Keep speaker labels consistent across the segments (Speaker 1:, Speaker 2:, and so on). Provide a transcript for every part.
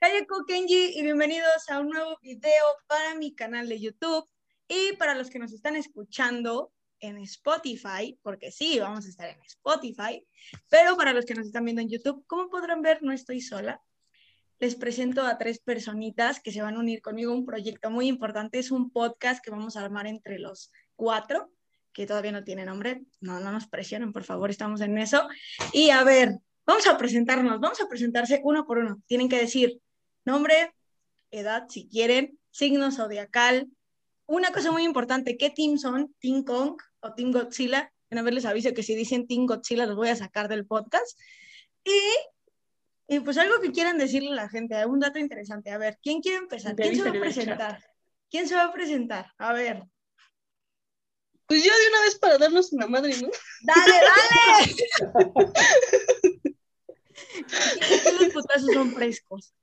Speaker 1: Hayako Kenji y bienvenidos a un nuevo video para mi canal de YouTube y para los que nos están escuchando en Spotify, porque sí, vamos a estar en Spotify, pero para los que nos están viendo en YouTube, como podrán ver, no estoy sola. Les presento a tres personitas que se van a unir conmigo a un proyecto muy importante, es un podcast que vamos a armar entre los cuatro, que todavía no tiene nombre, no, no nos presionen, por favor, estamos en eso. Y a ver, vamos a presentarnos, vamos a presentarse uno por uno. Tienen que decir nombre, edad si quieren, signo zodiacal. Una cosa muy importante, ¿qué team son? ¿Team Kong o Team Godzilla? Una vez les aviso que si dicen Team Godzilla los voy a sacar del podcast. Y, y pues algo que quieran decirle a la gente, algún dato interesante. A ver, ¿quién quiere empezar? ¿Quién se va a presentar? ¿Quién se va a presentar? A ver.
Speaker 2: Pues yo de una vez para darnos una madre, ¿no?
Speaker 1: ¡Dale, dale! Aquí los putazos son frescos.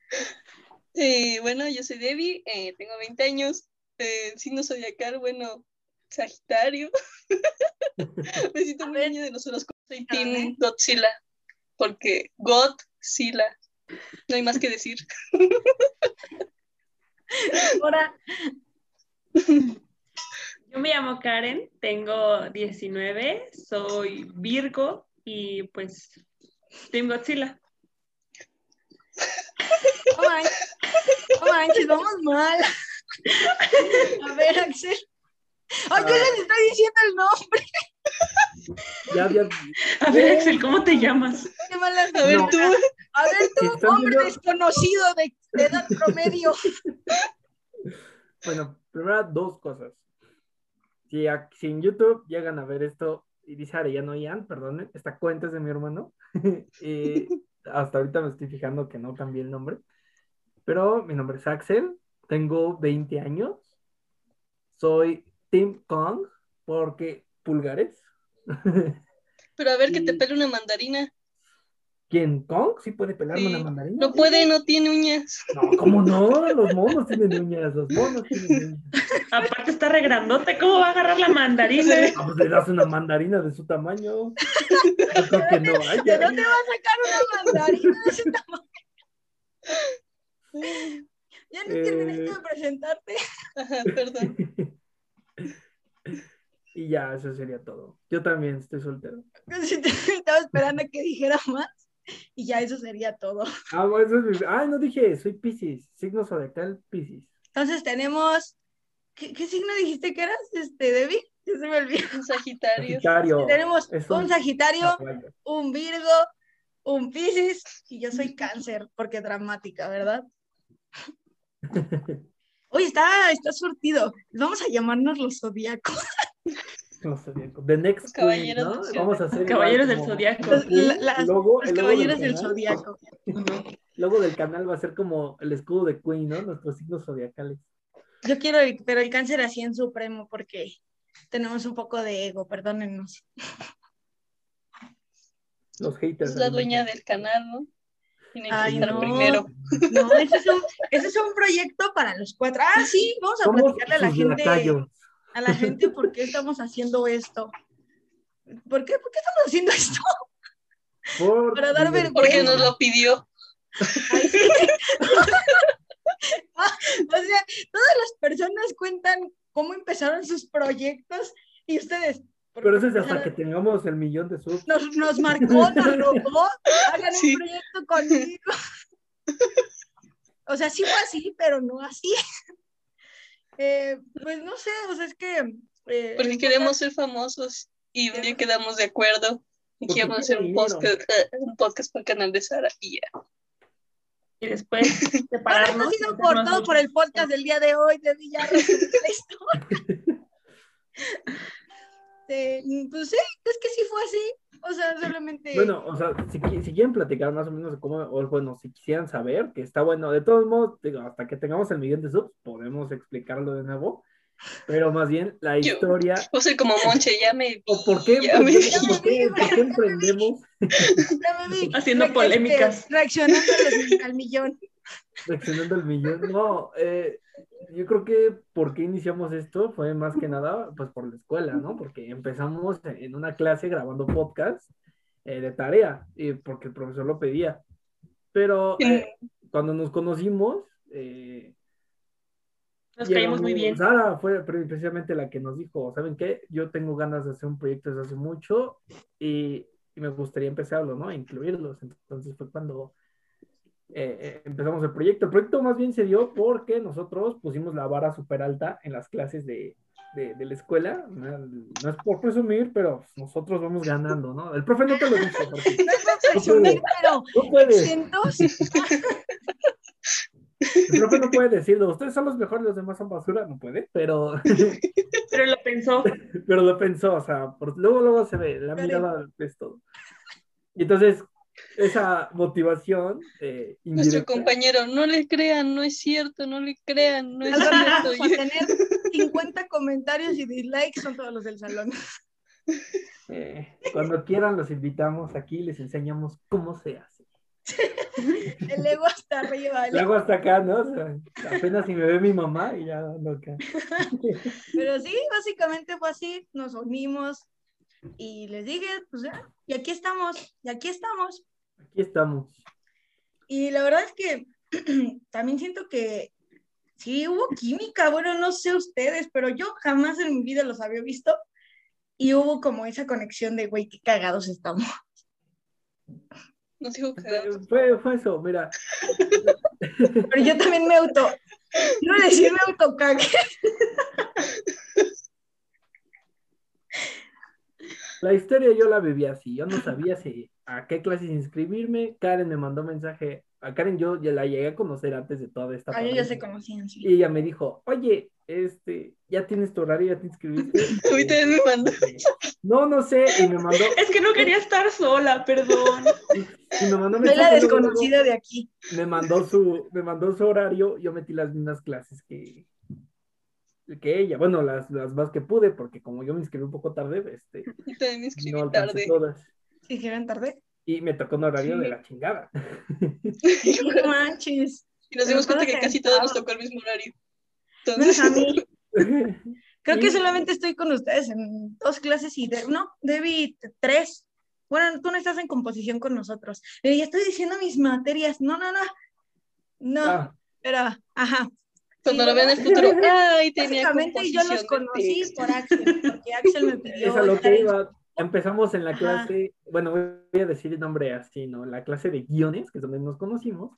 Speaker 2: Eh, bueno, yo soy Debbie, eh, tengo 20 años, eh, signo zodiacal, bueno, Sagitario. Me siento muy niña de los horóscopos. Soy Team Godzilla, porque Godzilla, no hay más que decir.
Speaker 1: Ahora,
Speaker 3: Yo me llamo Karen, tengo 19, soy Virgo y pues Team Godzilla.
Speaker 1: no manches, no manches, vamos mal. A ver, Axel. Ay, yo ya le estoy diciendo el nombre.
Speaker 4: Ya, ya.
Speaker 3: A ver, Axel, ¿cómo te llamas?
Speaker 1: Qué malas
Speaker 2: A ver,
Speaker 4: No.
Speaker 2: tú,
Speaker 1: A ver,
Speaker 4: Si
Speaker 1: tú,
Speaker 4: están
Speaker 1: hombre
Speaker 4: viendo-
Speaker 1: desconocido de, de edad promedio.
Speaker 4: Bueno, primero dos cosas. Si, a- si en YouTube llegan a ver esto y dice Arellano Ian, perdonen, esta cuenta es de mi hermano. y hasta ahorita me estoy fijando que no cambié el nombre. Pero mi nombre es Axel, tengo 20 años, soy Tim Kong porque pulgares.
Speaker 2: pero a ver que te
Speaker 4: Y-
Speaker 2: pele una mandarina.
Speaker 4: ¿Quién Kong sí puede pelarme una
Speaker 2: Sí,
Speaker 4: mandarina?
Speaker 2: No puede, no tiene uñas.
Speaker 4: No, ¿cómo no? Los monos tienen uñas, los monos tienen uñas.
Speaker 3: Aparte está re grandote, ¿cómo va a agarrar la mandarina?
Speaker 4: Ah, pues le das una mandarina de su tamaño. Yo creo que no
Speaker 1: ¿De
Speaker 4: haya.
Speaker 1: dónde va a sacar una mandarina de ese tamaño? Ya no
Speaker 4: Eh.
Speaker 1: terminaste de presentarte.
Speaker 2: Ajá, perdón.
Speaker 4: Y ya, eso sería todo. Yo también estoy soltero.
Speaker 1: Estaba esperando a que dijera más. Y ya eso sería todo.
Speaker 4: Ah, bueno, eso es mi- Ay, no dije, soy Piscis, signo zodiacal Piscis.
Speaker 1: Entonces tenemos. ¿Qué, qué signo dijiste que eras, este, Debbie? Ya se me olvidó.
Speaker 2: Un Sagitario.
Speaker 4: Sagitario.
Speaker 1: Tenemos
Speaker 4: es
Speaker 1: un
Speaker 4: un-
Speaker 1: Sagitario,
Speaker 4: Ah, vaya.
Speaker 1: un Virgo, un Piscis y yo soy Cáncer, porque dramática, ¿verdad? Oye, está, está surtido. Vamos a llamarnos los zodiacos.
Speaker 4: No zodiaco. The Next
Speaker 2: Los caballeros
Speaker 4: Queen, ¿no?
Speaker 2: del
Speaker 4: Vamos a hacer igual
Speaker 3: Caballeros del
Speaker 4: como-
Speaker 3: Zodiaco.
Speaker 1: Los, la-
Speaker 4: El
Speaker 1: las-
Speaker 4: logo-
Speaker 1: los
Speaker 4: el logo
Speaker 1: caballeros del
Speaker 4: canal-
Speaker 1: zodiaco.
Speaker 4: El logo del canal va a ser como el escudo de Queen, ¿no? Nuestros signos zodiacales.
Speaker 1: Yo quiero, el- pero el cáncer así en supremo, porque tenemos un poco de ego, perdónennos.
Speaker 4: Los haters.
Speaker 2: Es la dueña
Speaker 4: de
Speaker 2: del canal, ¿no? Tiene que
Speaker 1: Ay,
Speaker 2: estar
Speaker 1: no.
Speaker 2: primero.
Speaker 1: No, ese es, un, ese es un proyecto para los cuatro. Ah, sí, vamos a
Speaker 4: Somos
Speaker 1: platicarle a la
Speaker 4: sus
Speaker 1: gente.
Speaker 4: lacayos.
Speaker 1: a la gente por qué estamos haciendo esto. ¿Por qué, ¿Por qué estamos haciendo esto?
Speaker 4: Por
Speaker 1: Para dar
Speaker 4: divertirnos.
Speaker 2: Porque nos lo pidió.
Speaker 1: Ay, sí. Ah, o sea, todas las personas cuentan cómo empezaron sus proyectos y ustedes. ¿por
Speaker 4: Pero
Speaker 1: qué
Speaker 4: eso es hasta que
Speaker 1: empezaron?
Speaker 4: tengamos el millón de subs.
Speaker 1: Nos, nos marcó, nos robó, hagan
Speaker 2: Sí.
Speaker 1: un proyecto conmigo. O sea, sí fue así, pero no así. Eh, pues no sé, o sea, es que... eh,
Speaker 2: Porque queremos ser famosos. Y un día quedamos de acuerdo. Y
Speaker 4: Porque
Speaker 2: que íbamos a hacer un
Speaker 4: quiere dinero.
Speaker 2: podcast, eh, un podcast para el canal de Sara. Y ya.
Speaker 3: Y después
Speaker 1: Bueno,
Speaker 3: separarnos.
Speaker 1: esto ha sido por todo por el podcast del día de hoy de Villarreal. pues sí, es que sí fue así. O sea, solamente.
Speaker 4: Bueno, o sea, si, qui- si quieren platicar más o menos de cómo, o bueno, si quisieran saber, que está bueno, de todos modos, digo, hasta que tengamos el millón de subs, podemos explicarlo de nuevo, pero más bien la
Speaker 2: Yo-
Speaker 4: historia,
Speaker 2: Yo soy como Monche, ya me vi,
Speaker 4: o por qué,
Speaker 2: ya me vi.
Speaker 4: emprendemos, por qué- por qué emprendemos,
Speaker 1: Ya me vi
Speaker 3: Haciendo
Speaker 1: re-
Speaker 3: polémicas.
Speaker 1: este, reaccionando a los- al millón.
Speaker 4: reaccionando al millón, no, eh, yo creo que por qué iniciamos esto fue más que nada, pues por la escuela, ¿no? Porque empezamos en una clase grabando podcast eh, de tarea, eh, porque el profesor lo pedía, pero... eh, cuando nos conocimos, eh,
Speaker 3: Nos
Speaker 4: y era
Speaker 3: caímos muy bien.
Speaker 4: Sara fue pre- precisamente la que nos dijo, ¿saben qué? Yo tengo ganas de hacer un proyecto desde hace mucho y, y me gustaría empezarlo, ¿no? Incluirlos. Entonces fue cuando eh, eh, empezamos el proyecto. El proyecto más bien se dio porque nosotros pusimos la vara súper alta en las clases de, de- de la escuela. No, no es por presumir, pero nosotros vamos ganando, ¿no? El profe no te lo dice. Porque
Speaker 1: presumir, pero
Speaker 4: tú puedes.
Speaker 1: cientos
Speaker 4: El profe no puede decirlo. Ustedes son los mejores, los demás son basura. No puede, pero...
Speaker 3: Pero lo pensó.
Speaker 4: Pero lo pensó, o sea, por- luego, luego se ve, la
Speaker 1: Pero-
Speaker 4: mirada es todo. Y entonces, esa motivación eh,
Speaker 2: Nuestro
Speaker 4: indirecta,
Speaker 2: compañero, no le crean, no es cierto, no le crean, no es
Speaker 1: Vamos
Speaker 2: cierto.
Speaker 1: a tener 50 comentarios y dislikes son todos los del salón.
Speaker 4: eh, cuando quieran los invitamos aquí, les enseñamos cómo se hace.
Speaker 1: El ego hasta arriba. el-
Speaker 4: Lo hago hasta acá, ¿no? O sea, apenas si me ve mi mamá y ya loca.
Speaker 1: Pero sí, básicamente fue así, nos unimos y les dije, pues ya, y aquí estamos, y aquí estamos.
Speaker 4: Aquí estamos.
Speaker 1: Y la verdad es que también siento que sí hubo química, bueno, no sé ustedes, pero yo jamás en mi vida los había visto y hubo como esa conexión de, güey, qué cagados estamos.
Speaker 2: Nos dijo
Speaker 4: Fue,
Speaker 2: cagados.
Speaker 4: fue- fue eso, mira.
Speaker 1: Pero yo también me auto, quiero decir, me autocagué.
Speaker 4: La historia yo la viví así, yo no sabía si a qué clases inscribirme. Karen me mandó mensaje. A Karen yo ya la llegué a conocer antes de toda esta
Speaker 1: Ah, yo ya
Speaker 4: pandemia.
Speaker 1: se conocían, sí.
Speaker 4: Y ella me dijo, oye, este, ya tienes tu horario, ya te inscribiste.
Speaker 2: Ahorita me mandó.
Speaker 4: Eh, No, no sé, y me mandó,
Speaker 3: Es que no quería estar sola, perdón.
Speaker 4: y me mandó
Speaker 1: Soy la
Speaker 4: mensaje, luego,
Speaker 1: desconocida de aquí.
Speaker 4: luego, me mandó su, me mandó su horario, yo metí las mismas clases que, que ella, bueno, las, las más que pude, porque como yo me inscribí un poco tarde, este,
Speaker 2: Yo también me inscribí
Speaker 4: no alcancé
Speaker 2: tarde.
Speaker 4: todas.
Speaker 1: ¿Sí llegaron tarde?
Speaker 4: Y me tocó un horario
Speaker 3: Sí.
Speaker 4: de la chingada.
Speaker 1: No manches.
Speaker 2: Y
Speaker 1: Pero
Speaker 2: nos dimos cuenta
Speaker 1: todos
Speaker 2: que casi todos nos
Speaker 1: cansados.
Speaker 2: tocó el mismo horario.
Speaker 1: Menos
Speaker 2: Entonces,
Speaker 1: a mí. Creo que
Speaker 4: Sí.
Speaker 1: solamente estoy con ustedes en dos clases y de, no, Debbie, t- tres. Bueno, tú no estás en composición con nosotros. Eh, ya estoy diciendo mis materias. No, no, no. No,
Speaker 4: Ah,
Speaker 1: pero, ajá.
Speaker 2: cuando
Speaker 1: Sí,
Speaker 2: lo vean en el
Speaker 4: bueno,
Speaker 2: futuro, ay, tenía
Speaker 1: Básicamente yo los
Speaker 2: composición de
Speaker 1: conocí
Speaker 2: texto.
Speaker 1: por Axel, porque Axel me pidió.
Speaker 4: es a lo
Speaker 1: estar
Speaker 4: que
Speaker 1: en-
Speaker 4: iba. Empezamos en la
Speaker 1: Ajá.
Speaker 4: clase, bueno, voy a decir el nombre así, ¿no? La clase de guiones, que es donde nos conocimos.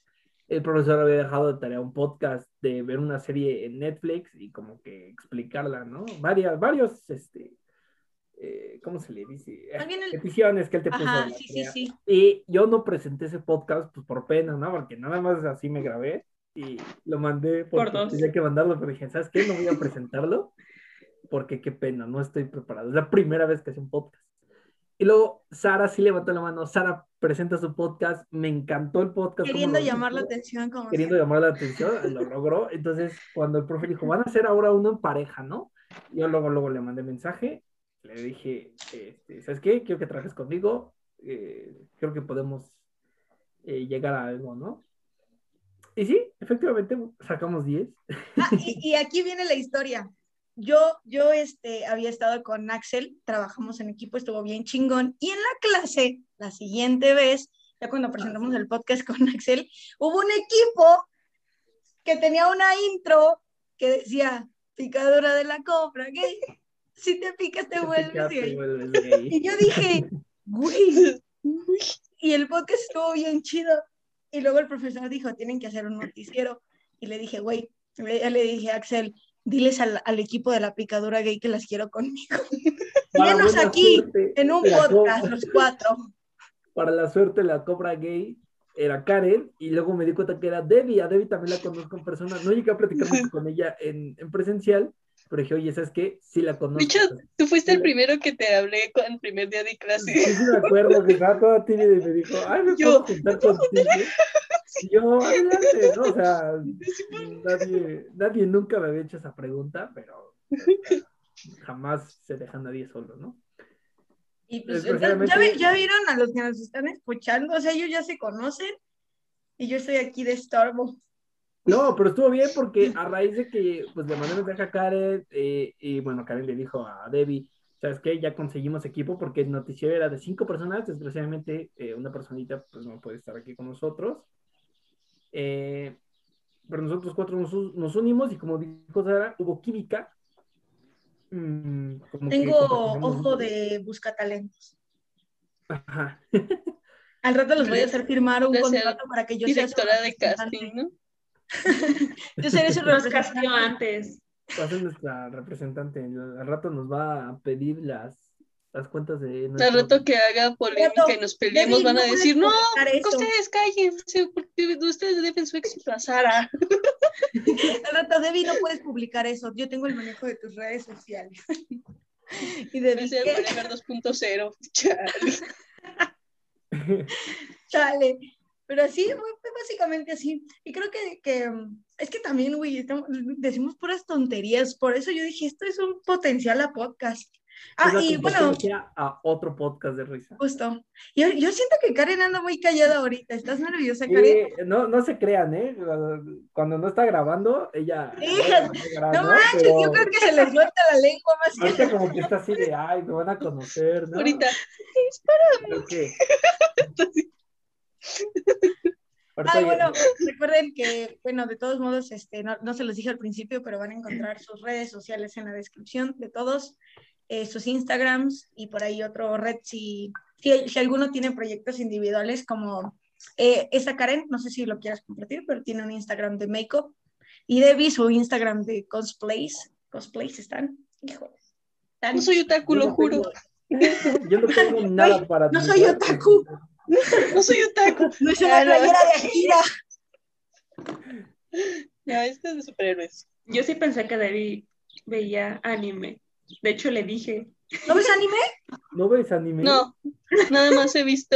Speaker 4: El profesor había dejado de tarea un podcast de ver una serie en Netflix y como que explicarla, ¿no? Varias, varios, este, eh, ¿cómo se le dice?
Speaker 1: Más bien el-
Speaker 4: Peticiones que él te puso.
Speaker 1: Ajá,
Speaker 4: en la
Speaker 1: sí, sí,
Speaker 4: tarea.
Speaker 1: sí.
Speaker 4: Y yo no presenté ese podcast, pues por pena, ¿no? Porque nada más así me grabé y lo mandé
Speaker 3: Por
Speaker 4: porque
Speaker 3: dos.
Speaker 4: tenía que mandarlo, pero dije, ¿sabes qué? No voy a presentarlo porque qué pena, no estoy preparado. Es la primera vez que hace un podcast. Y luego Sara sí levantó la mano. Sara presenta su podcast. Me encantó el podcast. cómo
Speaker 1: Queriendo
Speaker 4: lo
Speaker 1: llamar la
Speaker 4: hizo,
Speaker 1: atención como
Speaker 4: Queriendo llamar la atención, lo logró. Entonces, cuando el profe dijo, van a hacer ahora uno en pareja, ¿no? Yo luego, luego le mandé mensaje. Le dije, este, ¿sabes qué? Quiero que trabajes conmigo. eh, creo que podemos eh, llegar a algo, ¿no? Y sí, efectivamente, sacamos 10.
Speaker 1: Ah, y, y aquí viene la historia. Yo, yo este, había estado con Axel, trabajamos en equipo, estuvo bien chingón. Y en la clase, la siguiente vez, ya cuando presentamos el podcast con Axel, hubo un equipo que tenía una intro que decía, picadura de la cobra, gay. Si te picas te vuelves
Speaker 4: Te
Speaker 1: gay.
Speaker 4: vuelves gay.
Speaker 1: Y yo dije, güey, y el podcast estuvo bien chido. Y luego el profesor dijo, tienen que hacer un noticiero. Y le dije, güey, le, le dije, Axel, diles al, al equipo de la picadura gay que las quiero conmigo.
Speaker 4: Para
Speaker 1: Menos
Speaker 4: buena
Speaker 1: aquí,
Speaker 4: suerte,
Speaker 1: En un
Speaker 4: la co-
Speaker 1: podcast, los cuatro.
Speaker 4: Para la suerte, la cobra gay era Karen y luego me di cuenta que era Debbie. A Debbie también la conozco en persona. No llegué a platicar mucho con ella en, en presencial, pero dije, oye, ¿sabes qué? Sí la conozco.
Speaker 2: Bicho. Tú fuiste el primero que te hablé con el primer día de
Speaker 4: Sí,
Speaker 2: clase.
Speaker 4: sí me acuerdo que estaba toda tímida y me dijo, ay, me
Speaker 2: Yo.
Speaker 4: puedo juntar contigo. Y yo, adelante, ¿no? O sea, nadie, nadie nunca me había hecho esa pregunta, pero jamás se deja a nadie solo, ¿no?
Speaker 1: Y pues,
Speaker 4: Desgraciadamente-
Speaker 1: ¿ya, vi- ya vieron a los que nos están escuchando, o sea, ellos ya se conocen. Y yo estoy aquí de estorbo.
Speaker 4: No, pero estuvo bien porque a raíz de que pues le mandé mensaje a Karen eh, y bueno, Karen le dijo a Debbie, ¿sabes qué? Ya conseguimos equipo porque el noticiero era de cinco personas, desgraciadamente eh, una personita pues no puede estar aquí con nosotros. Eh, pero nosotros cuatro nos, nos, unimos y como dijo Sara, hubo química.
Speaker 1: Mm,
Speaker 2: pues,
Speaker 1: como Tengo ojo de buscatalentos.
Speaker 4: Ajá.
Speaker 1: Al rato los voy a hacer firmar un contrato para que yo sea
Speaker 2: directora de casting, ¿no?
Speaker 1: yo seré su
Speaker 3: Nos castió antes.
Speaker 4: Va a ser nuestra representante. Al rato nos va a pedir las, las cuentas de.
Speaker 2: Al rato que haga polémica
Speaker 1: Rato,
Speaker 2: y nos peleemos,
Speaker 1: Debbie,
Speaker 2: van a
Speaker 1: no
Speaker 2: decir: No,
Speaker 1: puedes comentar eso".
Speaker 2: ustedes cállense, porque ustedes deben su éxito a Sara.
Speaker 1: Al rato, Debbie, no puedes publicar eso. Yo tengo el manejo de tus redes sociales. y Debbie,
Speaker 2: Es el
Speaker 1: ¿qué?
Speaker 2: Bolívar 2.0. Chale.
Speaker 1: Chale. Pero así, fue- fue básicamente así. Y creo que, que, mm, es que también, güey, estamos- decimos puras tonterías. Por eso yo dije, esto es un potencial a podcast. Ah,
Speaker 4: Esa
Speaker 1: y bueno, Pues,
Speaker 4: competencia A otro podcast de risa.
Speaker 1: justo. Yo, yo siento que Karen anda muy callada ahorita. ¿Estás nerviosa, Karen?
Speaker 4: Eh, no, no se crean, ¿eh? Cuando no está grabando, ella.
Speaker 1: Hija,
Speaker 4: Ah,
Speaker 1: No manches, yo creo que se les suelta la lengua más que
Speaker 4: Ahorita como que está así de, ay, me van a conocer, ¿no?
Speaker 2: Ahorita,
Speaker 4: Creo que-
Speaker 1: Ah,
Speaker 4: Ahorita
Speaker 1: bueno, recuerden que, bueno, de todos modos, este, no, no se los dije al principio, pero van a encontrar sus redes sociales en la descripción de todos, eh, sus Instagrams y por ahí otro red si, si, si alguno tiene proyectos individuales como eh, esta Karen, no sé si lo quieras compartir, pero tiene un Instagram de makeup y Debbie su Instagram de cosplays, cosplays están, híjole. están-
Speaker 2: no soy otaku, lo
Speaker 4: Yo no
Speaker 2: juro.
Speaker 4: Yo no tengo nada para
Speaker 1: no
Speaker 4: ti.
Speaker 1: soy otaku.
Speaker 2: No soy otaku.
Speaker 1: No es una
Speaker 2: Ah, no.
Speaker 1: playera de gira.
Speaker 2: No, este es de superhéroes.
Speaker 3: Yo sí pensé que Debbie veía anime. De hecho, le dije.
Speaker 1: ¿No ves anime?
Speaker 4: ¿No ves anime?
Speaker 2: No, nada más he visto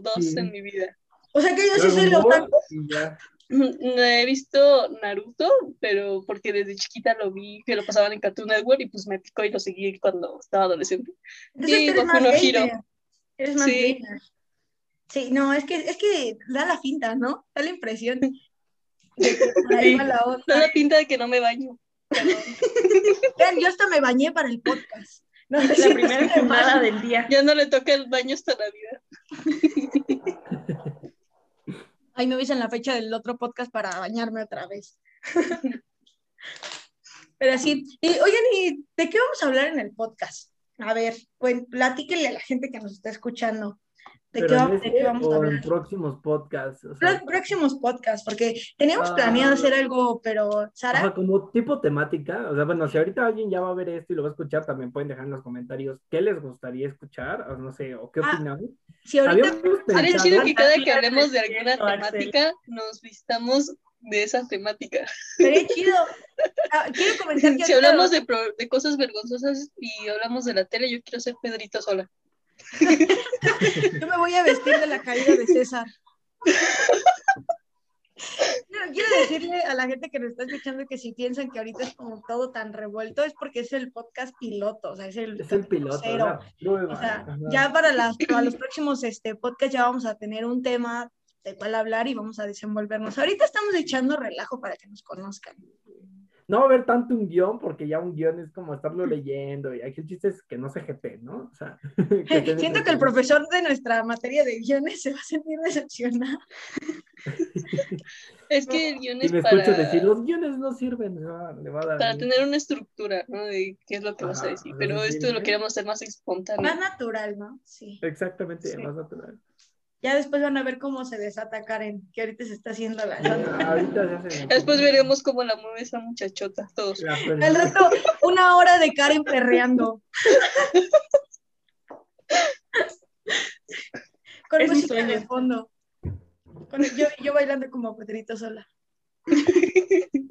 Speaker 2: dos
Speaker 4: Sí.
Speaker 2: en mi vida.
Speaker 1: O sea que yo sí
Speaker 4: Dragon
Speaker 1: soy
Speaker 4: Ball
Speaker 1: otaku.
Speaker 4: y ya.
Speaker 2: No Mm, he visto Naruto, pero porque desde chiquita lo vi, que lo pasaban en Cartoon Network y pues me picó y lo seguí cuando estaba adolescente.
Speaker 1: Entonces
Speaker 2: Sí,
Speaker 1: tú eres
Speaker 2: Goku
Speaker 1: más
Speaker 2: no
Speaker 1: gamer.
Speaker 2: Hiro.
Speaker 1: Eres más
Speaker 2: Sí.
Speaker 1: gamer. Sí, no, es que, es que da la finta, ¿no? Da la impresión. de que por ahí va la onda.
Speaker 2: No la pinta de que no me baño.
Speaker 1: Vean, yo hasta me bañé para el podcast. No, no es
Speaker 3: La
Speaker 1: cierto,
Speaker 3: primera
Speaker 1: es que me
Speaker 3: fumada
Speaker 1: baño.
Speaker 3: del día.
Speaker 2: Ya no le toca el baño hasta la vida.
Speaker 1: Ahí me avisan la fecha del otro podcast para bañarme otra vez. Pero sí, y oigan, ¿y de qué vamos a hablar en el podcast? A ver, pues, platíquenle a la gente que nos está escuchando. ¿De, qué,
Speaker 4: Pero en
Speaker 1: va- de
Speaker 4: este
Speaker 1: qué vamos
Speaker 4: o
Speaker 1: a
Speaker 4: en
Speaker 1: hablar?
Speaker 4: próximos podcasts. o sea,
Speaker 1: Pro- próximos podcasts, porque teníamos
Speaker 4: Ah.
Speaker 1: planeado hacer algo, pero Sara,
Speaker 4: ajá, como tipo temática. O sea, bueno, si ahorita alguien ya va a ver esto y lo va a escuchar, también pueden dejar en los comentarios qué les gustaría escuchar, o no sé, o qué
Speaker 1: Ah,
Speaker 4: opinamos.
Speaker 1: si ahorita
Speaker 4: Habíamos
Speaker 2: Sería chido
Speaker 4: pensado,
Speaker 3: Fantasía
Speaker 2: que cada que hablemos de alguna
Speaker 3: despierto, Axel.
Speaker 2: temática, nos vistamos de esa temática.
Speaker 1: Sería chido. Ah, quiero comentar que
Speaker 2: Si
Speaker 1: ahorita-
Speaker 2: hablamos de, pro- de cosas vergonzosas y hablamos de la tele, yo quiero ser Pedrito sola.
Speaker 1: yo me voy a vestir de la caída de César. Quiero- quiero decirle a la gente que nos está escuchando que si piensan que ahorita es como todo tan revuelto es porque es el podcast piloto, o sea, es el,
Speaker 4: es el piloto.
Speaker 1: cero.
Speaker 4: la prueba,
Speaker 1: O sea,
Speaker 4: ajá.
Speaker 1: ya para, las, para los próximos este, podcast ya vamos a tener un tema de cuál hablar y vamos a desenvolvernos. Ahorita estamos echando relajo para que nos conozcan.
Speaker 4: No va a haber tanto un guión, porque ya un guión es como estarlo leyendo. Y aquí el chiste es que no se jete, ¿no? O sea, que tenga
Speaker 1: Siento que el profesor de nuestra materia de guiones se va a sentir decepcionado.
Speaker 2: Es que el guión
Speaker 4: Y
Speaker 2: es
Speaker 4: me
Speaker 2: para,
Speaker 4: escucho decir, los guiones no sirven. le va- le va a dar
Speaker 2: para
Speaker 4: ahí.
Speaker 2: tener una estructura, ¿no? De qué es lo que vas a
Speaker 4: Ajá,
Speaker 2: decir.
Speaker 4: o sea,
Speaker 2: Pero
Speaker 4: sí,
Speaker 2: esto lo
Speaker 4: ¿no?
Speaker 2: queremos hacer más espontáneo.
Speaker 1: Más natural, ¿no? Sí.
Speaker 4: Exactamente,
Speaker 1: Sí.
Speaker 4: más natural.
Speaker 1: Ya después van a ver cómo se desata Karen, que ahorita se está haciendo la
Speaker 4: Ahorita ya se me-
Speaker 2: Después veremos cómo la mueve esa muchachota, todos.
Speaker 4: La persona-
Speaker 1: Al rato, una hora de Karen perreando. Con
Speaker 3: Es mi
Speaker 1: música de
Speaker 3: sueño.
Speaker 1: fondo. Con- yo, yo bailando como Pedrito sola.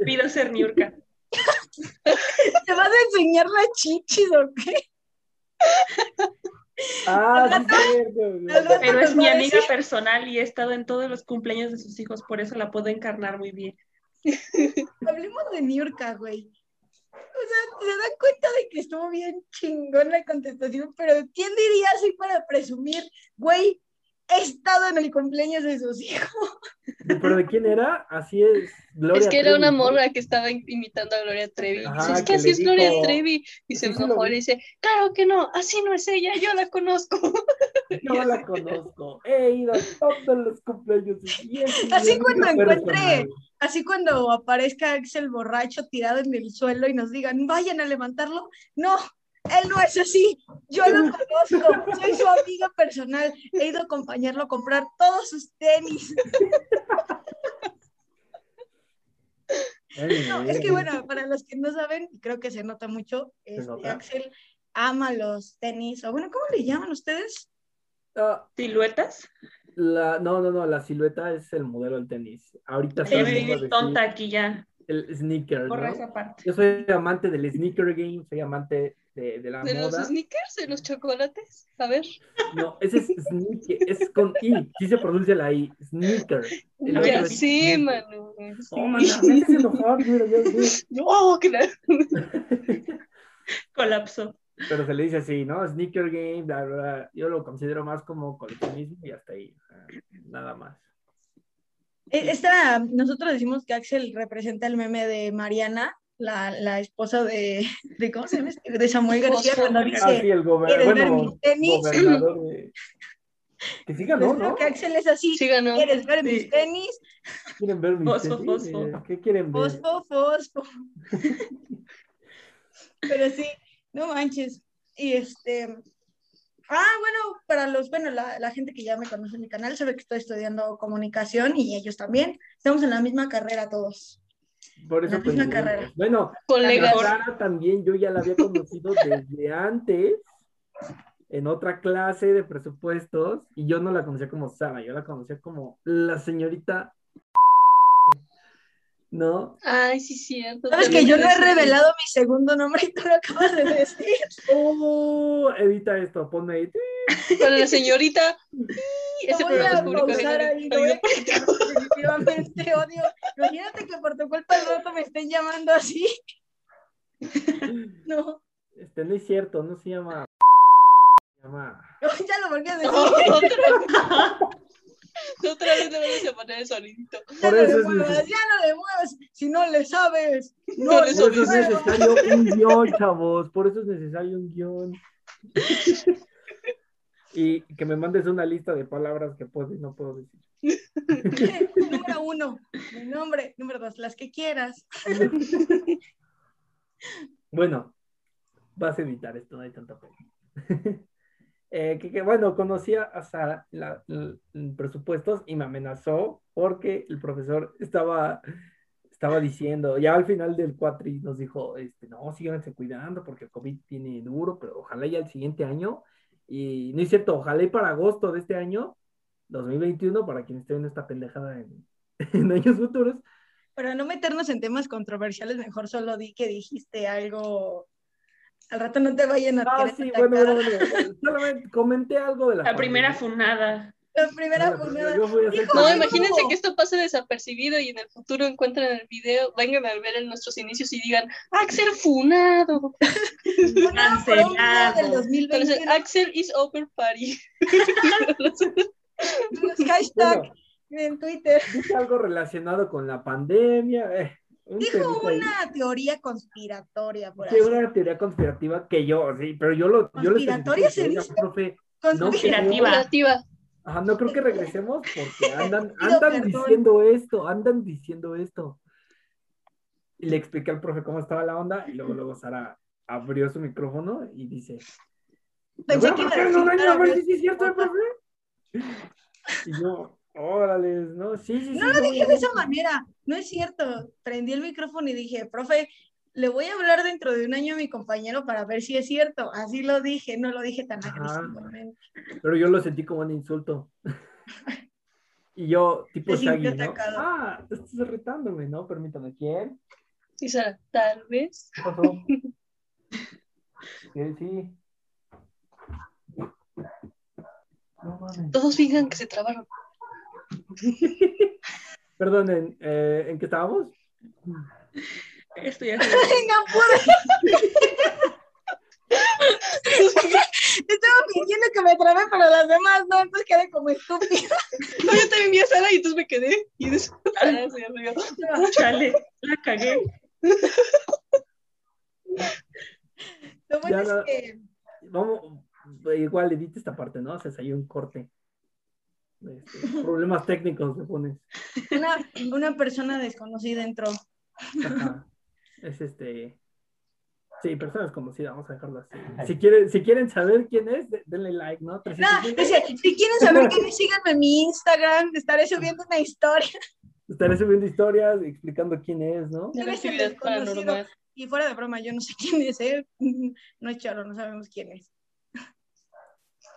Speaker 3: Pido ser Niurka.
Speaker 1: ¿Te vas a enseñar las chichis o qué?
Speaker 4: Ah,
Speaker 1: al
Speaker 4: sí, cierto.
Speaker 1: al rato-
Speaker 3: Pero es mi amiga personal y he estado en todos los cumpleaños de sus hijos, por eso la puedo encarnar muy bien.
Speaker 1: Hablemos de Niurka, güey. O sea, ¿se dan cuenta de que estuvo bien chingón la contestación? Pero ¿quién diría así para presumir? Güey, he estado en el cumpleaños de sus hijos.
Speaker 4: ¿Pero de quién era? Así es. Gloria
Speaker 2: es que era una
Speaker 4: Trevi, ¿no?
Speaker 2: morra que estaba in- imitando a Gloria Trevi.
Speaker 4: Ajá,
Speaker 2: Dice, es que
Speaker 4: que
Speaker 2: así
Speaker 4: le
Speaker 2: es Gloria
Speaker 4: dijo-
Speaker 2: Trevi. Y se
Speaker 4: Sí, sí lo
Speaker 2: enojó y
Speaker 4: vi.
Speaker 2: le dice, claro que no, así no es ella, yo la conozco.
Speaker 4: No la conozco. He ido a todos los cumpleaños. y es mi
Speaker 1: Así cuando
Speaker 4: único
Speaker 1: encuentre-
Speaker 4: personal.
Speaker 1: Así cuando aparezca Axel borracho tirado en el suelo y nos digan, vayan a levantarlo. No, él no es así. Yo lo conozco. Soy su amiga personal. He ido a acompañarlo a comprar todos sus tenis.
Speaker 4: Ay,
Speaker 1: No,
Speaker 4: no,
Speaker 1: es que
Speaker 4: eh.
Speaker 1: bueno, para los que no saben, y creo que se nota mucho, este,
Speaker 4: nota.
Speaker 1: Axel ama los tenis. O bueno, ¿cómo le llaman ustedes?
Speaker 4: Ah,
Speaker 3: ¿Siluetas?
Speaker 4: la- no, no, no, la silueta es el modelo del tenis. Ahorita
Speaker 3: Ya me
Speaker 4: solo vengo a
Speaker 3: vi
Speaker 4: decir
Speaker 3: tonta aquí ya.
Speaker 4: el sneaker,
Speaker 3: Borra
Speaker 4: ¿no?
Speaker 3: esa parte.
Speaker 4: Yo soy amante del sneaker game, soy amante de, de la
Speaker 2: ¿De los
Speaker 4: moda.
Speaker 2: sneakers? ¿De los chocolates? A ver.
Speaker 4: No, ese es sneaker, es con I, sí se pronuncia la I, sneaker. El
Speaker 3: otro
Speaker 2: Ya
Speaker 4: es
Speaker 2: sé,
Speaker 4: sneaker.
Speaker 2: mano.
Speaker 3: Oh,
Speaker 4: Me haces enojar, mira, ya sé.
Speaker 2: No, Oh, que la-
Speaker 3: Colapso.
Speaker 4: Pero se le dice así, ¿no? Sneaker game, bla, bla, bla. Yo lo considero más como coleccionismo y hasta ahí, o sea, nada más.
Speaker 1: E- Esta, nosotros decimos que Axel representa el meme de Mariana, la, la esposa de, de, ¿cómo se llama? este? De Samuel García, cuando dice,
Speaker 4: Ah, sí, el
Speaker 1: ¿quieres
Speaker 4: gobernador.
Speaker 1: ver
Speaker 4: Bueno,
Speaker 1: mis tenis?
Speaker 4: gobernador de... Que sí ganó,
Speaker 1: Pues creo
Speaker 4: ¿no?
Speaker 1: que Axel es así.
Speaker 2: Sí ganó.
Speaker 1: ¿Quieres ver
Speaker 3: Sí.
Speaker 1: mis tenis?
Speaker 4: ¿Quieren ver mis
Speaker 3: Fosfo,
Speaker 4: tenis?
Speaker 3: fosfo.
Speaker 4: Eh, ¿Qué quieren ver?
Speaker 1: Fosfo, fosfo. Pero sí, no manches. Y este. Ah, bueno, para los, bueno, la, la gente que ya me conoce en mi canal sabe que estoy estudiando comunicación y ellos también. Estamos en la misma carrera todos.
Speaker 4: Por eso
Speaker 1: La misma
Speaker 4: coincidimos.
Speaker 1: carrera.
Speaker 4: Bueno,
Speaker 2: Colegas.
Speaker 4: La Sara también yo ya la había conocido desde antes en otra clase de presupuestos y yo no la conocía como Sara, yo la conocía como la señorita ¿No?
Speaker 2: Ay, sí, cierto.
Speaker 1: Sabes que
Speaker 2: también
Speaker 1: yo no he
Speaker 2: parece-
Speaker 1: revelado mi segundo nombre y tú lo acabas de decir.
Speaker 4: Oh, edita esto, ponme ahí.
Speaker 2: Con la señorita. Y Ese
Speaker 1: Lo voy
Speaker 2: programa
Speaker 1: a
Speaker 2: es público.
Speaker 1: pausar ahí, lo voy a quitar, porque definitivamente odio. Imagínate que por tu culpa al rato me estén llamando así. No,
Speaker 4: Este, no es cierto, no se llama. Se llama.
Speaker 1: ya lo volví a decir.
Speaker 2: Otra vez. Otra vez le vamos a poner el sonidito.
Speaker 1: Ya
Speaker 4: Por
Speaker 1: no
Speaker 4: eso
Speaker 1: le
Speaker 4: es
Speaker 1: muevas,
Speaker 4: necesario.
Speaker 1: ya no le muevas. Si no le sabes, no,
Speaker 2: No
Speaker 1: le
Speaker 2: le
Speaker 4: Por eso es
Speaker 1: muevas.
Speaker 4: necesario un guión, chavos. Por eso es necesario un guión. Y que me mandes una lista de palabras que puedo y no puedo decir.
Speaker 1: Número uno, mi nombre. Número dos, las que quieras.
Speaker 4: Bueno, vas a evitar esto, no hay tanta pena. Eh, que, que, bueno, conocía a Sara la- l- en presupuestos y me amenazó porque el profesor estaba, estaba diciendo, ya al final del cuatri nos dijo, este, no, síganse cuidando porque el COVID tiene duro, pero ojalá ya el siguiente año, y no es cierto, ojalá y para agosto de este año, 2021, para quien esté viendo esta pendejada en, en años futuros,
Speaker 1: Para no meternos en temas controversiales, mejor solo di que dijiste algo. Al rato no te vayan a
Speaker 4: Ah,
Speaker 1: querer
Speaker 4: sí,
Speaker 1: atacar.
Speaker 4: bueno, bueno, bueno. Solamente comenté algo de la,
Speaker 3: La primera
Speaker 4: pandemia.
Speaker 3: funada.
Speaker 1: La primera
Speaker 4: Bueno,
Speaker 1: jornada.
Speaker 4: Yo voy a hacer
Speaker 1: Hijo,
Speaker 4: como-
Speaker 2: No,
Speaker 1: Ay,
Speaker 2: imagínense
Speaker 1: no.
Speaker 2: que esto pase desapercibido y en el futuro encuentren el video, vengan a ver en nuestros inicios y digan, Axel funado.
Speaker 1: Funado por un video del
Speaker 3: Cancelado.
Speaker 1: 2021.
Speaker 2: Entonces, Axel is over party.
Speaker 1: hashtag
Speaker 4: Bueno,
Speaker 1: en Twitter.
Speaker 4: dije algo relacionado con la pandemia. eh, un
Speaker 1: Dijo
Speaker 4: temita ahí.
Speaker 1: una teoría conspiratoria por
Speaker 4: Sí,
Speaker 1: así.
Speaker 4: una teoría conspirativa que yo, sí, pero yo lo. Yo le
Speaker 1: ¿Conspiratoria se
Speaker 4: especifiqué,
Speaker 1: dice?
Speaker 4: oiga, profe,
Speaker 1: Conspira-
Speaker 4: no,
Speaker 3: Conspirativa.
Speaker 2: Creativa.
Speaker 4: ajá, no creo que regresemos porque andan,
Speaker 1: Pido
Speaker 4: andan
Speaker 1: perdón.
Speaker 4: diciendo esto, andan diciendo esto. Y le expliqué al profe cómo estaba la onda y luego, luego Sara abrió su micrófono y dice,
Speaker 1: Pensé
Speaker 4: Bueno,
Speaker 1: que iba a
Speaker 4: pero
Speaker 1: decir
Speaker 4: no, venga, a ver
Speaker 1: árabes.
Speaker 4: si sí es cierto, profe. Y yo, órale, ¿no? Sí, sí, sí.
Speaker 1: No lo dije de esa manera, no es cierto. Prendí el micrófono y dije, profe, le voy a hablar dentro de un año a mi compañero para ver si es cierto. Así lo dije, no lo dije tan
Speaker 4: Ajá.
Speaker 1: agresivamente.
Speaker 4: Pero yo lo sentí como un insulto. Y yo, tipo
Speaker 1: Te sintió
Speaker 4: Shaggy, ¿no?
Speaker 1: atacado.
Speaker 4: Ah, estás retándome, ¿no? Permítame, ¿quién?
Speaker 2: Y Sara, tal vez.
Speaker 4: ¿Qué pasó? Sí, sí. No mames.
Speaker 2: Todos fingan que se trabaron.
Speaker 4: Perdonen, eh, ¿en qué estábamos?
Speaker 3: Esto ya se-
Speaker 1: Venga, pude. Estaba fingiendo que me trabé, pero las demás no, entonces quedé como estúpida.
Speaker 2: No, yo también vi a Sara y entonces me quedé. Y de eso, Sara se rió.
Speaker 3: Chale, la cagué.
Speaker 1: Lo bueno
Speaker 4: Ya
Speaker 1: es
Speaker 4: la-
Speaker 1: que
Speaker 4: Vamos, igual edita esta parte, ¿no? Se salió un corte. Este, problemas técnicos le pones.
Speaker 1: una, una persona desconocida entró.
Speaker 4: Ajá. Es este. Sí, persona desconocida, vamos a dejarlo así. Si quieren, si quieren saber quién es, de- denle like, ¿no?
Speaker 1: No,
Speaker 4: 300.
Speaker 1: dice, si quieren saber qué, síganme en mi Instagram, estaré subiendo una historia.
Speaker 4: Estaré subiendo historias explicando quién es, ¿no?
Speaker 1: ¿Quién
Speaker 2: Una
Speaker 1: es el
Speaker 2: actividad
Speaker 1: desconocido?
Speaker 2: paranormal.
Speaker 1: Y fuera de broma, yo no sé quién es, ¿eh? No es choro, no sabemos quién es.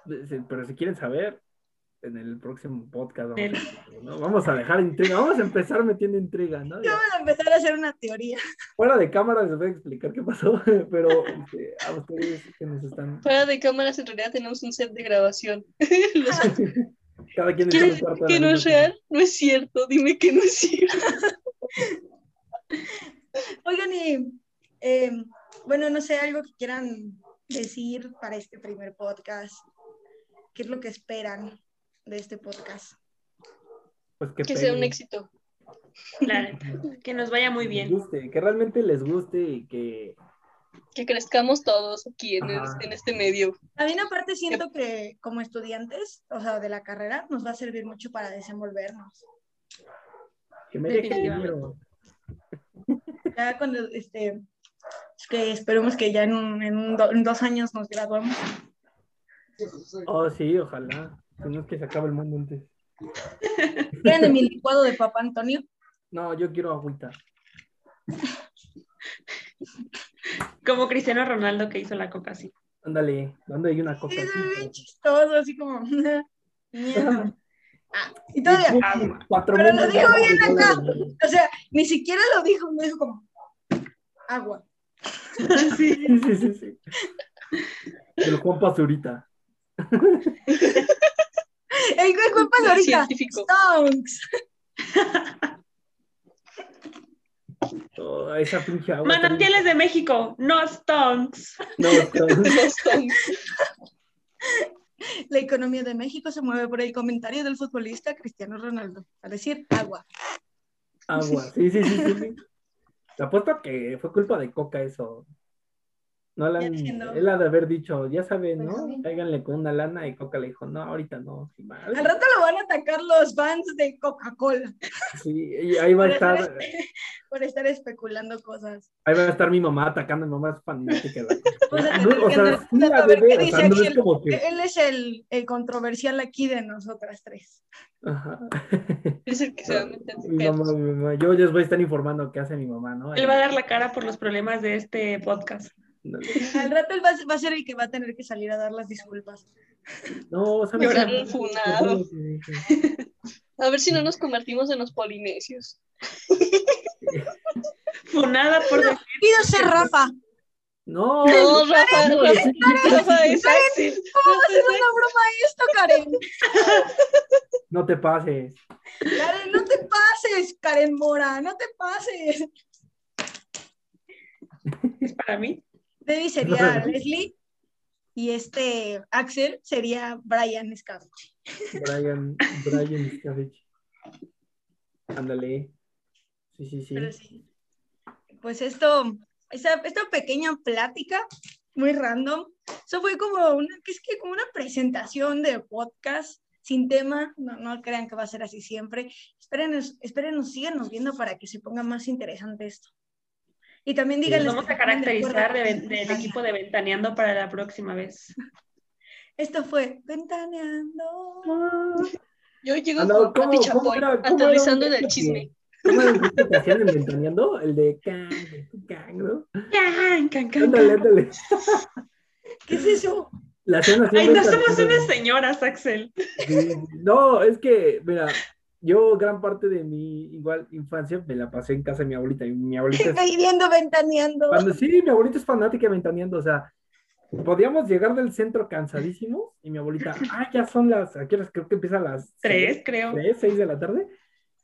Speaker 4: Dice, Pero si quieren saber, en el próximo podcast vamos a, hacerlo, ¿no? Vamos a dejar intriga, vamos a empezar metiendo intriga, ¿no? Ya,
Speaker 1: Vamos a empezar a hacer una teoría.
Speaker 4: Fuera de cámara les voy a explicar qué pasó, pero este, a ustedes que nos están.
Speaker 2: Fuera de cámaras, en realidad tenemos un set de grabación. Los-
Speaker 4: Cada quien está en
Speaker 2: ¿Quieres
Speaker 4: su cuarto. de
Speaker 2: que
Speaker 4: la
Speaker 2: no es
Speaker 4: misma
Speaker 2: real? No es cierto, dime que no es cierto.
Speaker 1: Oigan, y eh, bueno, no sé, algo que quieran decir para este primer podcast. ¿Qué es lo que esperan de este podcast?
Speaker 4: forma. Pues que,
Speaker 2: Que sea un
Speaker 4: peguen.
Speaker 2: éxito.
Speaker 3: La neta. Que nos vaya muy
Speaker 4: Que, les
Speaker 3: bien.
Speaker 4: guste, que realmente les guste y que
Speaker 2: Que crezcamos todos aquí en, el-
Speaker 4: Ajá.
Speaker 2: en este medio.
Speaker 1: También aparte siento que como estudiantes, o sea, de la carrera, nos va a servir mucho para desenvolvernos.
Speaker 4: que me dejen
Speaker 3: Definitivamente.
Speaker 4: dinero.
Speaker 1: Ya cuando, este, es que esperemos que ya en, un- en un do- en dos años nos graduemos.
Speaker 4: Oh, sí, ojalá. Si no es que se acabe el mundo antes.
Speaker 1: ¿Quieren de mi licuado de papá Antonio?
Speaker 4: No, yo quiero agüita.
Speaker 3: Como Cristiano Ronaldo que hizo la coca así.
Speaker 4: Ándale, ¿dónde hay una coca?
Speaker 1: Sí, se ve bien
Speaker 4: aquí?
Speaker 1: chistoso, así como... mierda. Ah, y todavía,
Speaker 3: Agua.
Speaker 4: Cuatro
Speaker 1: Pero
Speaker 4: mil
Speaker 1: lo dijo
Speaker 4: millones de
Speaker 1: bien acá.
Speaker 4: dólares.
Speaker 1: o sea, ni siquiera lo dijo, lo dijo como agua.
Speaker 3: Sí.
Speaker 4: Sí, sí, sí, sí. El Juan Pazurita.
Speaker 1: El güey fue para ahorita.
Speaker 2: Científico.
Speaker 1: Stonks.
Speaker 4: Oh, esa pinche agua.
Speaker 3: Manantiales de México, no stonks.
Speaker 4: No, no.
Speaker 2: Los son-
Speaker 1: La economía de México se mueve por el comentario del futbolista Cristiano Ronaldo. A decir agua.
Speaker 4: Agua, sí, sí, sí, sí, sí. Te apuesto que fue culpa de Coca eso. No la han-
Speaker 1: Ya sé, ¿no?
Speaker 4: él ha de haber dicho, ya saben, ¿no?
Speaker 1: Pues sí.
Speaker 4: Cáiganle con una lana y Coca le dijo, no, ahorita no, sí, madre".
Speaker 1: Al rato lo van a atacar los fans de Coca-Cola
Speaker 4: Sí, y ahí va a
Speaker 1: Por
Speaker 4: estar,
Speaker 1: estar por estar especulando cosas.
Speaker 4: ahí va a estar mi mamá atacando, mi mamá es fanática. de la Coca.
Speaker 1: Vamos a tener
Speaker 4: No, o
Speaker 1: que
Speaker 4: sea,
Speaker 1: andar
Speaker 4: sí la
Speaker 1: a ver
Speaker 4: bebé,
Speaker 1: qué
Speaker 4: o sea,
Speaker 1: dice
Speaker 4: no es
Speaker 1: Axel.
Speaker 4: como que.
Speaker 1: Él es el, el controversial aquí de nosotras tres.
Speaker 4: Ajá.
Speaker 2: Es el que se va a meter de
Speaker 4: Mi mamá,
Speaker 2: pedos.
Speaker 4: mi mamá. Yo les voy a estar informando qué hace mi mamá, ¿no?
Speaker 3: Él va a dar la cara por los problemas de este podcast.
Speaker 1: Al rato él va, a- va a ser el que va a tener que salir a dar las disculpas.
Speaker 4: No, ¿sabes?
Speaker 2: Llorar
Speaker 4: qué?
Speaker 2: al funado. A ver si no nos convertimos en los polinesios.
Speaker 3: Funada por decir
Speaker 1: Pido ser
Speaker 4: pues.
Speaker 1: Rafa.
Speaker 4: No,
Speaker 2: No, Rafa,
Speaker 4: no,
Speaker 2: Rafa,
Speaker 4: sí,
Speaker 2: Rafa es Axel.
Speaker 1: ¿Cómo va a ser una broma esto, Karen?
Speaker 4: no te pases.
Speaker 1: Karen, no te pases, Karen Mora, no te pases.
Speaker 3: es para mí.
Speaker 1: Debbie sería Leslie y este Axel sería Brian Scavage.
Speaker 4: Brian, Brian Scavage. Ándale. Sí, sí, sí.
Speaker 1: Pero sí. Pues esto, esta, esta pequeña plática, muy random, eso fue como una, que es que como una presentación de podcast sin tema, no, no crean que va a ser así siempre. Espérenos, espérenos, síganos viendo para que se ponga más interesante esto. Y también díganles.
Speaker 3: Nos vamos
Speaker 1: que
Speaker 3: a caracterizar
Speaker 1: están
Speaker 3: de ven-
Speaker 1: acuerdo.
Speaker 3: del equipo de Ventaneando para la próxima vez.
Speaker 1: Esto fue Ventaneando.
Speaker 2: Yo llego
Speaker 4: Ah, no,
Speaker 2: con
Speaker 4: Ah, ¿cómo-
Speaker 2: Pati
Speaker 4: cómo
Speaker 2: Chapoy,
Speaker 4: era- cómo era
Speaker 2: aterrizando
Speaker 4: un
Speaker 2: en el
Speaker 4: beso?
Speaker 2: chisme.
Speaker 4: ¿Cómo era el grito que hacían en Ventaneando? El de cangre, cangro.
Speaker 3: Can, can, can,
Speaker 4: Ándale,
Speaker 3: can.
Speaker 4: ándale.
Speaker 1: ¿Qué es eso?
Speaker 4: La hacían así en
Speaker 3: Ay, no somos
Speaker 4: Ventaneando.
Speaker 3: unas señoras, Axel.
Speaker 4: Sí, No, es que, mira, yo gran parte de mi igual infancia me la pasé en casa de mi abuelita. Y mi abuelita es
Speaker 1: Estoy viendo Ventaneando.
Speaker 4: Cuando- sí, mi abuelita es fanática de ventaneando, o sea, podíamos llegar del centro cansadísimos y mi abuelita, ah, ya son las, ¿a qué horas? Creo que empieza a las
Speaker 3: Tres, creo.
Speaker 4: seis, tres, seis de la tarde.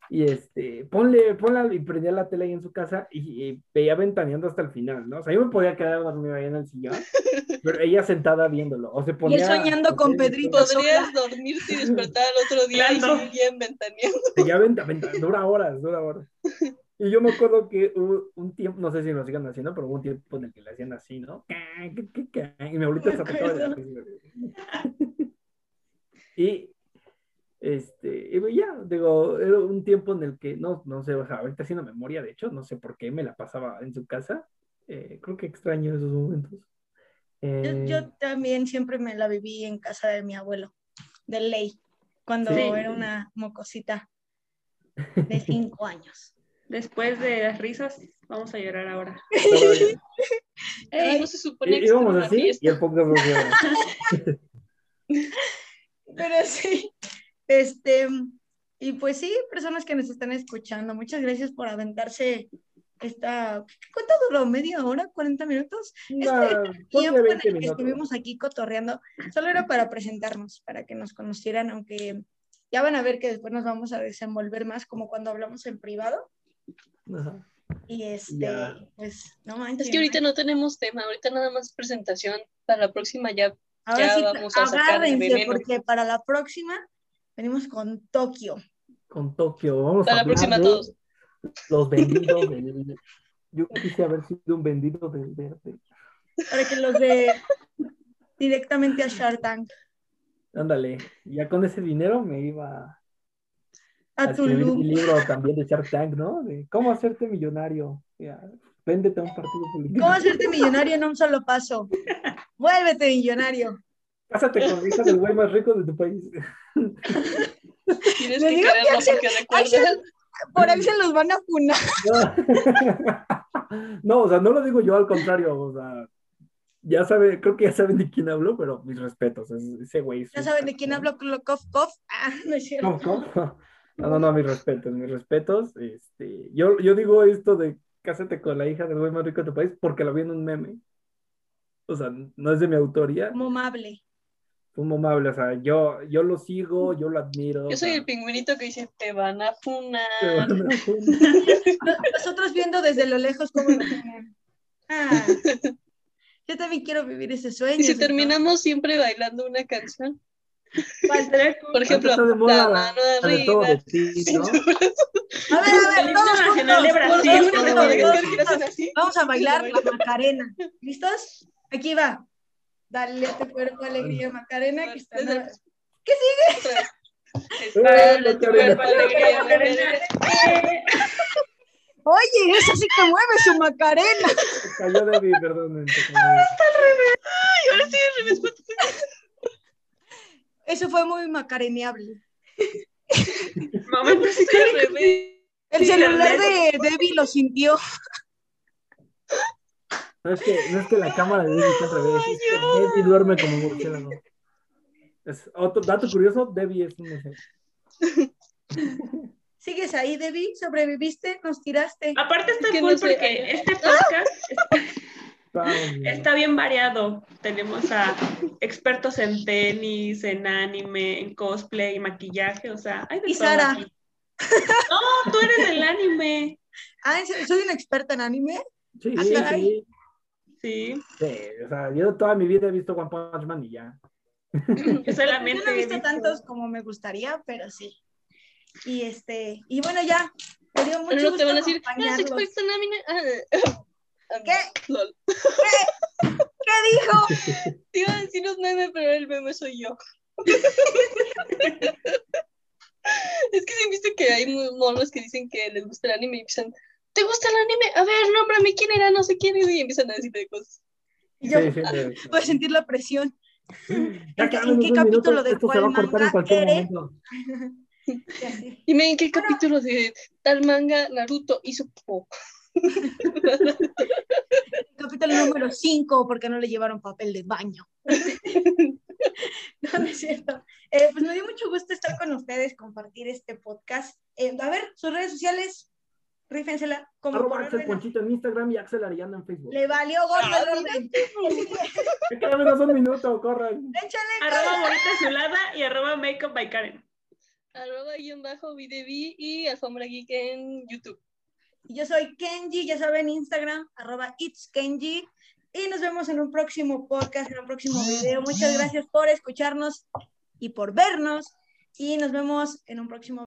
Speaker 4: Y este, ponle, ponla y prendía la tele ahí en su casa y, y veía ventaneando hasta el final, ¿no? O sea, yo me podía quedar dormido ahí en el sillón, pero ella sentada viéndolo. O se ponía.
Speaker 1: Y él soñando
Speaker 4: a-
Speaker 1: con Pedrito.
Speaker 2: Podrías dormirte y despertar al otro día y
Speaker 3: Claro.
Speaker 2: seguir en ventaneando.
Speaker 4: Sí, ya venta, venta, dura horas, dura horas. Y yo me acuerdo que hubo un tiempo, no sé si lo sigan haciendo, pero hubo un tiempo en el que le hacían así, ¿no? Y mi abuelita
Speaker 1: Me
Speaker 4: se apretaba de la risa. Y, este, y pues ya, digo, era un tiempo en el que, no, no sé, o sea, ahorita haciendo memoria, de hecho, no sé por qué me la pasaba en su casa. Eh, creo que extraño esos momentos.
Speaker 1: Yo,
Speaker 4: Eh,
Speaker 1: yo también siempre me la viví en casa de mi abuelo, de ley, cuando
Speaker 3: Sí.
Speaker 1: era una mocosita de cinco años.
Speaker 3: Después de las risas, vamos a llorar ahora.
Speaker 4: todavía-
Speaker 2: Ay, no se supone que estaba
Speaker 4: íbamos
Speaker 2: en la
Speaker 4: así Eh, y
Speaker 2: fiesta.
Speaker 4: el podcast nos llevaba.
Speaker 1: Pero sí, este, y pues sí, personas que nos están escuchando, muchas gracias por aventarse esta, ¿cuánto duró? ¿Media hora? ¿40 minutos?
Speaker 4: Nah, ponle
Speaker 1: Tiempo en el
Speaker 4: 20
Speaker 1: que
Speaker 4: minutos.
Speaker 1: estuvimos aquí cotorreando, solo era para presentarnos, para que nos conocieran, aunque ya van a ver que después nos vamos a desenvolver más, como cuando hablamos en privado,
Speaker 4: Ajá.
Speaker 1: y este,
Speaker 4: Ya.
Speaker 1: pues, no manches.
Speaker 2: Es que ahorita no tenemos tema, ahorita nada más presentación. Para la próxima ya
Speaker 1: Ahora
Speaker 2: Ya
Speaker 1: sí,
Speaker 2: vamos a sacar el
Speaker 1: agárrense,
Speaker 2: veneno.
Speaker 1: porque para la próxima venimos con Tokio.
Speaker 4: con Tokio. Vamos
Speaker 2: Hasta
Speaker 4: a
Speaker 2: la
Speaker 4: hablar
Speaker 2: próxima a
Speaker 4: de
Speaker 2: todos.
Speaker 4: Los vendidos del- Yo quise haber sido un vendido del verde.
Speaker 1: para que los de directamente a Shark Tank,
Speaker 4: Ándale, ya con ese dinero me iba a
Speaker 1: a
Speaker 4: escribir mi
Speaker 1: Tulum.
Speaker 4: libro también de Shark Tank, ¿no? De cómo hacerte millonario. Ya, véndete a un partido político.
Speaker 1: ¿Cómo hacerte millonario en un solo paso? Vuélvete millonario.
Speaker 4: Cásate con la hija del güey más rico de tu país.
Speaker 2: Tienes
Speaker 1: Le
Speaker 2: que
Speaker 1: digo que
Speaker 2: quererlo
Speaker 1: Axel-
Speaker 2: porque recuerda.
Speaker 1: Axel- Por ahí se los van a funar.
Speaker 4: No. No, o sea, no lo digo yo, al contrario, o sea, ya sabe, creo que ya saben de quién hablo, pero mis respetos, es- ese güey. es
Speaker 1: Ya
Speaker 4: un
Speaker 1: saben de quién
Speaker 4: cabrón.
Speaker 1: hablo, Klokov Kov. Ah, no es cierto.
Speaker 4: ¿Cómo, cómo? No, no, no, mis respetos, mis respetos. Este, yo, yo digo esto de cásate con la hija del güey más rico de tu país porque la vi en un meme. O sea, no es de mi autoría,
Speaker 1: Como amable.
Speaker 4: fue un momable. O sea, yo, yo lo sigo, yo lo admiro.
Speaker 2: Yo soy el
Speaker 4: pinche.
Speaker 2: pingüinito que dice, te van a funar.
Speaker 1: Nosotros viendo desde lo lejos cómo lo funan. Ah, yo también quiero vivir ese sueño.
Speaker 2: Y si
Speaker 1: señor.
Speaker 2: terminamos siempre bailando una canción,
Speaker 1: ¿Cuál?
Speaker 2: por ejemplo,
Speaker 4: Está de moda
Speaker 2: la
Speaker 4: la-
Speaker 2: mano
Speaker 4: la de todo de
Speaker 2: arriba.
Speaker 4: ti, ¿no?
Speaker 1: A ver, a ver,
Speaker 3: El himno
Speaker 1: todos
Speaker 3: nacional de
Speaker 1: juntos,
Speaker 3: Brasil,
Speaker 1: todos
Speaker 3: ¿no?
Speaker 1: juntos,
Speaker 3: Porque
Speaker 1: todos
Speaker 2: creo que hacen
Speaker 1: juntos.
Speaker 2: así.
Speaker 1: Vamos a bailar la Macarena. ¿Listos? Aquí va. Dale a tu cuerpo alegría, Macarena. Que está
Speaker 2: Desde- Otra vez.
Speaker 4: Eh,
Speaker 2: Dale tu
Speaker 4: Macarena.
Speaker 2: cuerpo alegría, Macarena.
Speaker 1: Oye, esa sí que mueve su Macarena.
Speaker 4: Cayó Debbie, perdón.
Speaker 2: Ay, ahora sí, al revés, puto.
Speaker 1: Eso fue muy macareneable.
Speaker 3: Eh, Momentos
Speaker 2: Sí, al revés.
Speaker 1: El
Speaker 3: Sí,
Speaker 1: celular
Speaker 3: la
Speaker 1: de Debbie lo sintió.
Speaker 4: No es que, no es que la cámara de Debbie está al revés, es que Debbie duerme como un murciélago. Es otro dato curioso, Debbie es un mujer.
Speaker 1: ¿Sigues ahí, Debbie? ¿Sobreviviste? ¿Nos tiraste?
Speaker 3: Aparte está
Speaker 2: Es que
Speaker 3: cool
Speaker 2: no sé. Ah.
Speaker 3: porque este podcast
Speaker 4: Vamos,
Speaker 3: está bien variado. Tenemos a expertos en tenis, en anime, en cosplay, maquillaje, o sea, hay de
Speaker 1: Y
Speaker 3: todo
Speaker 1: Sara.
Speaker 3: aquí. No, tú eres del anime.
Speaker 1: Ah, ¿en serio? ¿soy una experta en anime?
Speaker 4: Sí,
Speaker 1: Ah,
Speaker 4: sí,
Speaker 1: caray.
Speaker 4: sí.
Speaker 3: Sí,
Speaker 4: Sí, o sea, yo toda mi vida he visto One Punch Man y ya.
Speaker 3: yo solamente
Speaker 1: Yo no he visto
Speaker 3: visto-
Speaker 1: tantos como me gustaría, pero sí. Y este, y bueno, ya. Me dio mucho
Speaker 2: Pero no te
Speaker 1: gusto
Speaker 2: van a decir, "Ah, eres
Speaker 1: acompañarlos.
Speaker 2: experto en lámina. Ah,
Speaker 1: ¿Qué?
Speaker 2: Lol.
Speaker 1: ¿Qué dijo?
Speaker 2: Te iba a decir los memes, pero el meme soy yo. es que sí viste que hay muy monos que dicen que les gusta el anime y empiezan, ¿te gusta el anime? A ver, nómbrame quién era, no sé quién, y empiezan a decirte cosas.
Speaker 1: Y yo
Speaker 4: Sí, sí, sí.
Speaker 1: puedo sentir la presión.
Speaker 4: Ya
Speaker 1: ¿en qué- en
Speaker 4: quedan
Speaker 1: qué
Speaker 4: unos minutos,
Speaker 1: capítulo de
Speaker 4: esto se
Speaker 1: cuál
Speaker 4: va a cortar en
Speaker 1: manga
Speaker 4: cualquier
Speaker 1: eres?
Speaker 4: momento.
Speaker 1: y así.
Speaker 2: Dime en qué capítulo de tal manga Naruto hizo poco.
Speaker 1: capítulo número 5 porque no le llevaron papel de baño. no, no es cierto. Eh, pues me dio mucho gusto estar con ustedes, compartir este podcast. Eh, a ver, sus redes sociales, rífensela. Como
Speaker 4: Arroba
Speaker 1: por
Speaker 4: Axel
Speaker 1: orden.
Speaker 4: Ponchito en Instagram y Axel Arellano en Facebook.
Speaker 1: le valió gordo
Speaker 2: Ah,
Speaker 1: al orden.
Speaker 4: Ya queda menos un minuto, corran.
Speaker 1: Échale,
Speaker 3: Arroba Morita Azulada y arroba Makeup by Karen.
Speaker 2: Arroba guión bajo videvi y alfombra geek en YouTube.
Speaker 1: Y yo soy Kenji, ya saben, Instagram, arroba it's Kenji. Y nos vemos en un próximo podcast, en un próximo video. Muchas gracias por escucharnos y por vernos. Y nos vemos en un próximo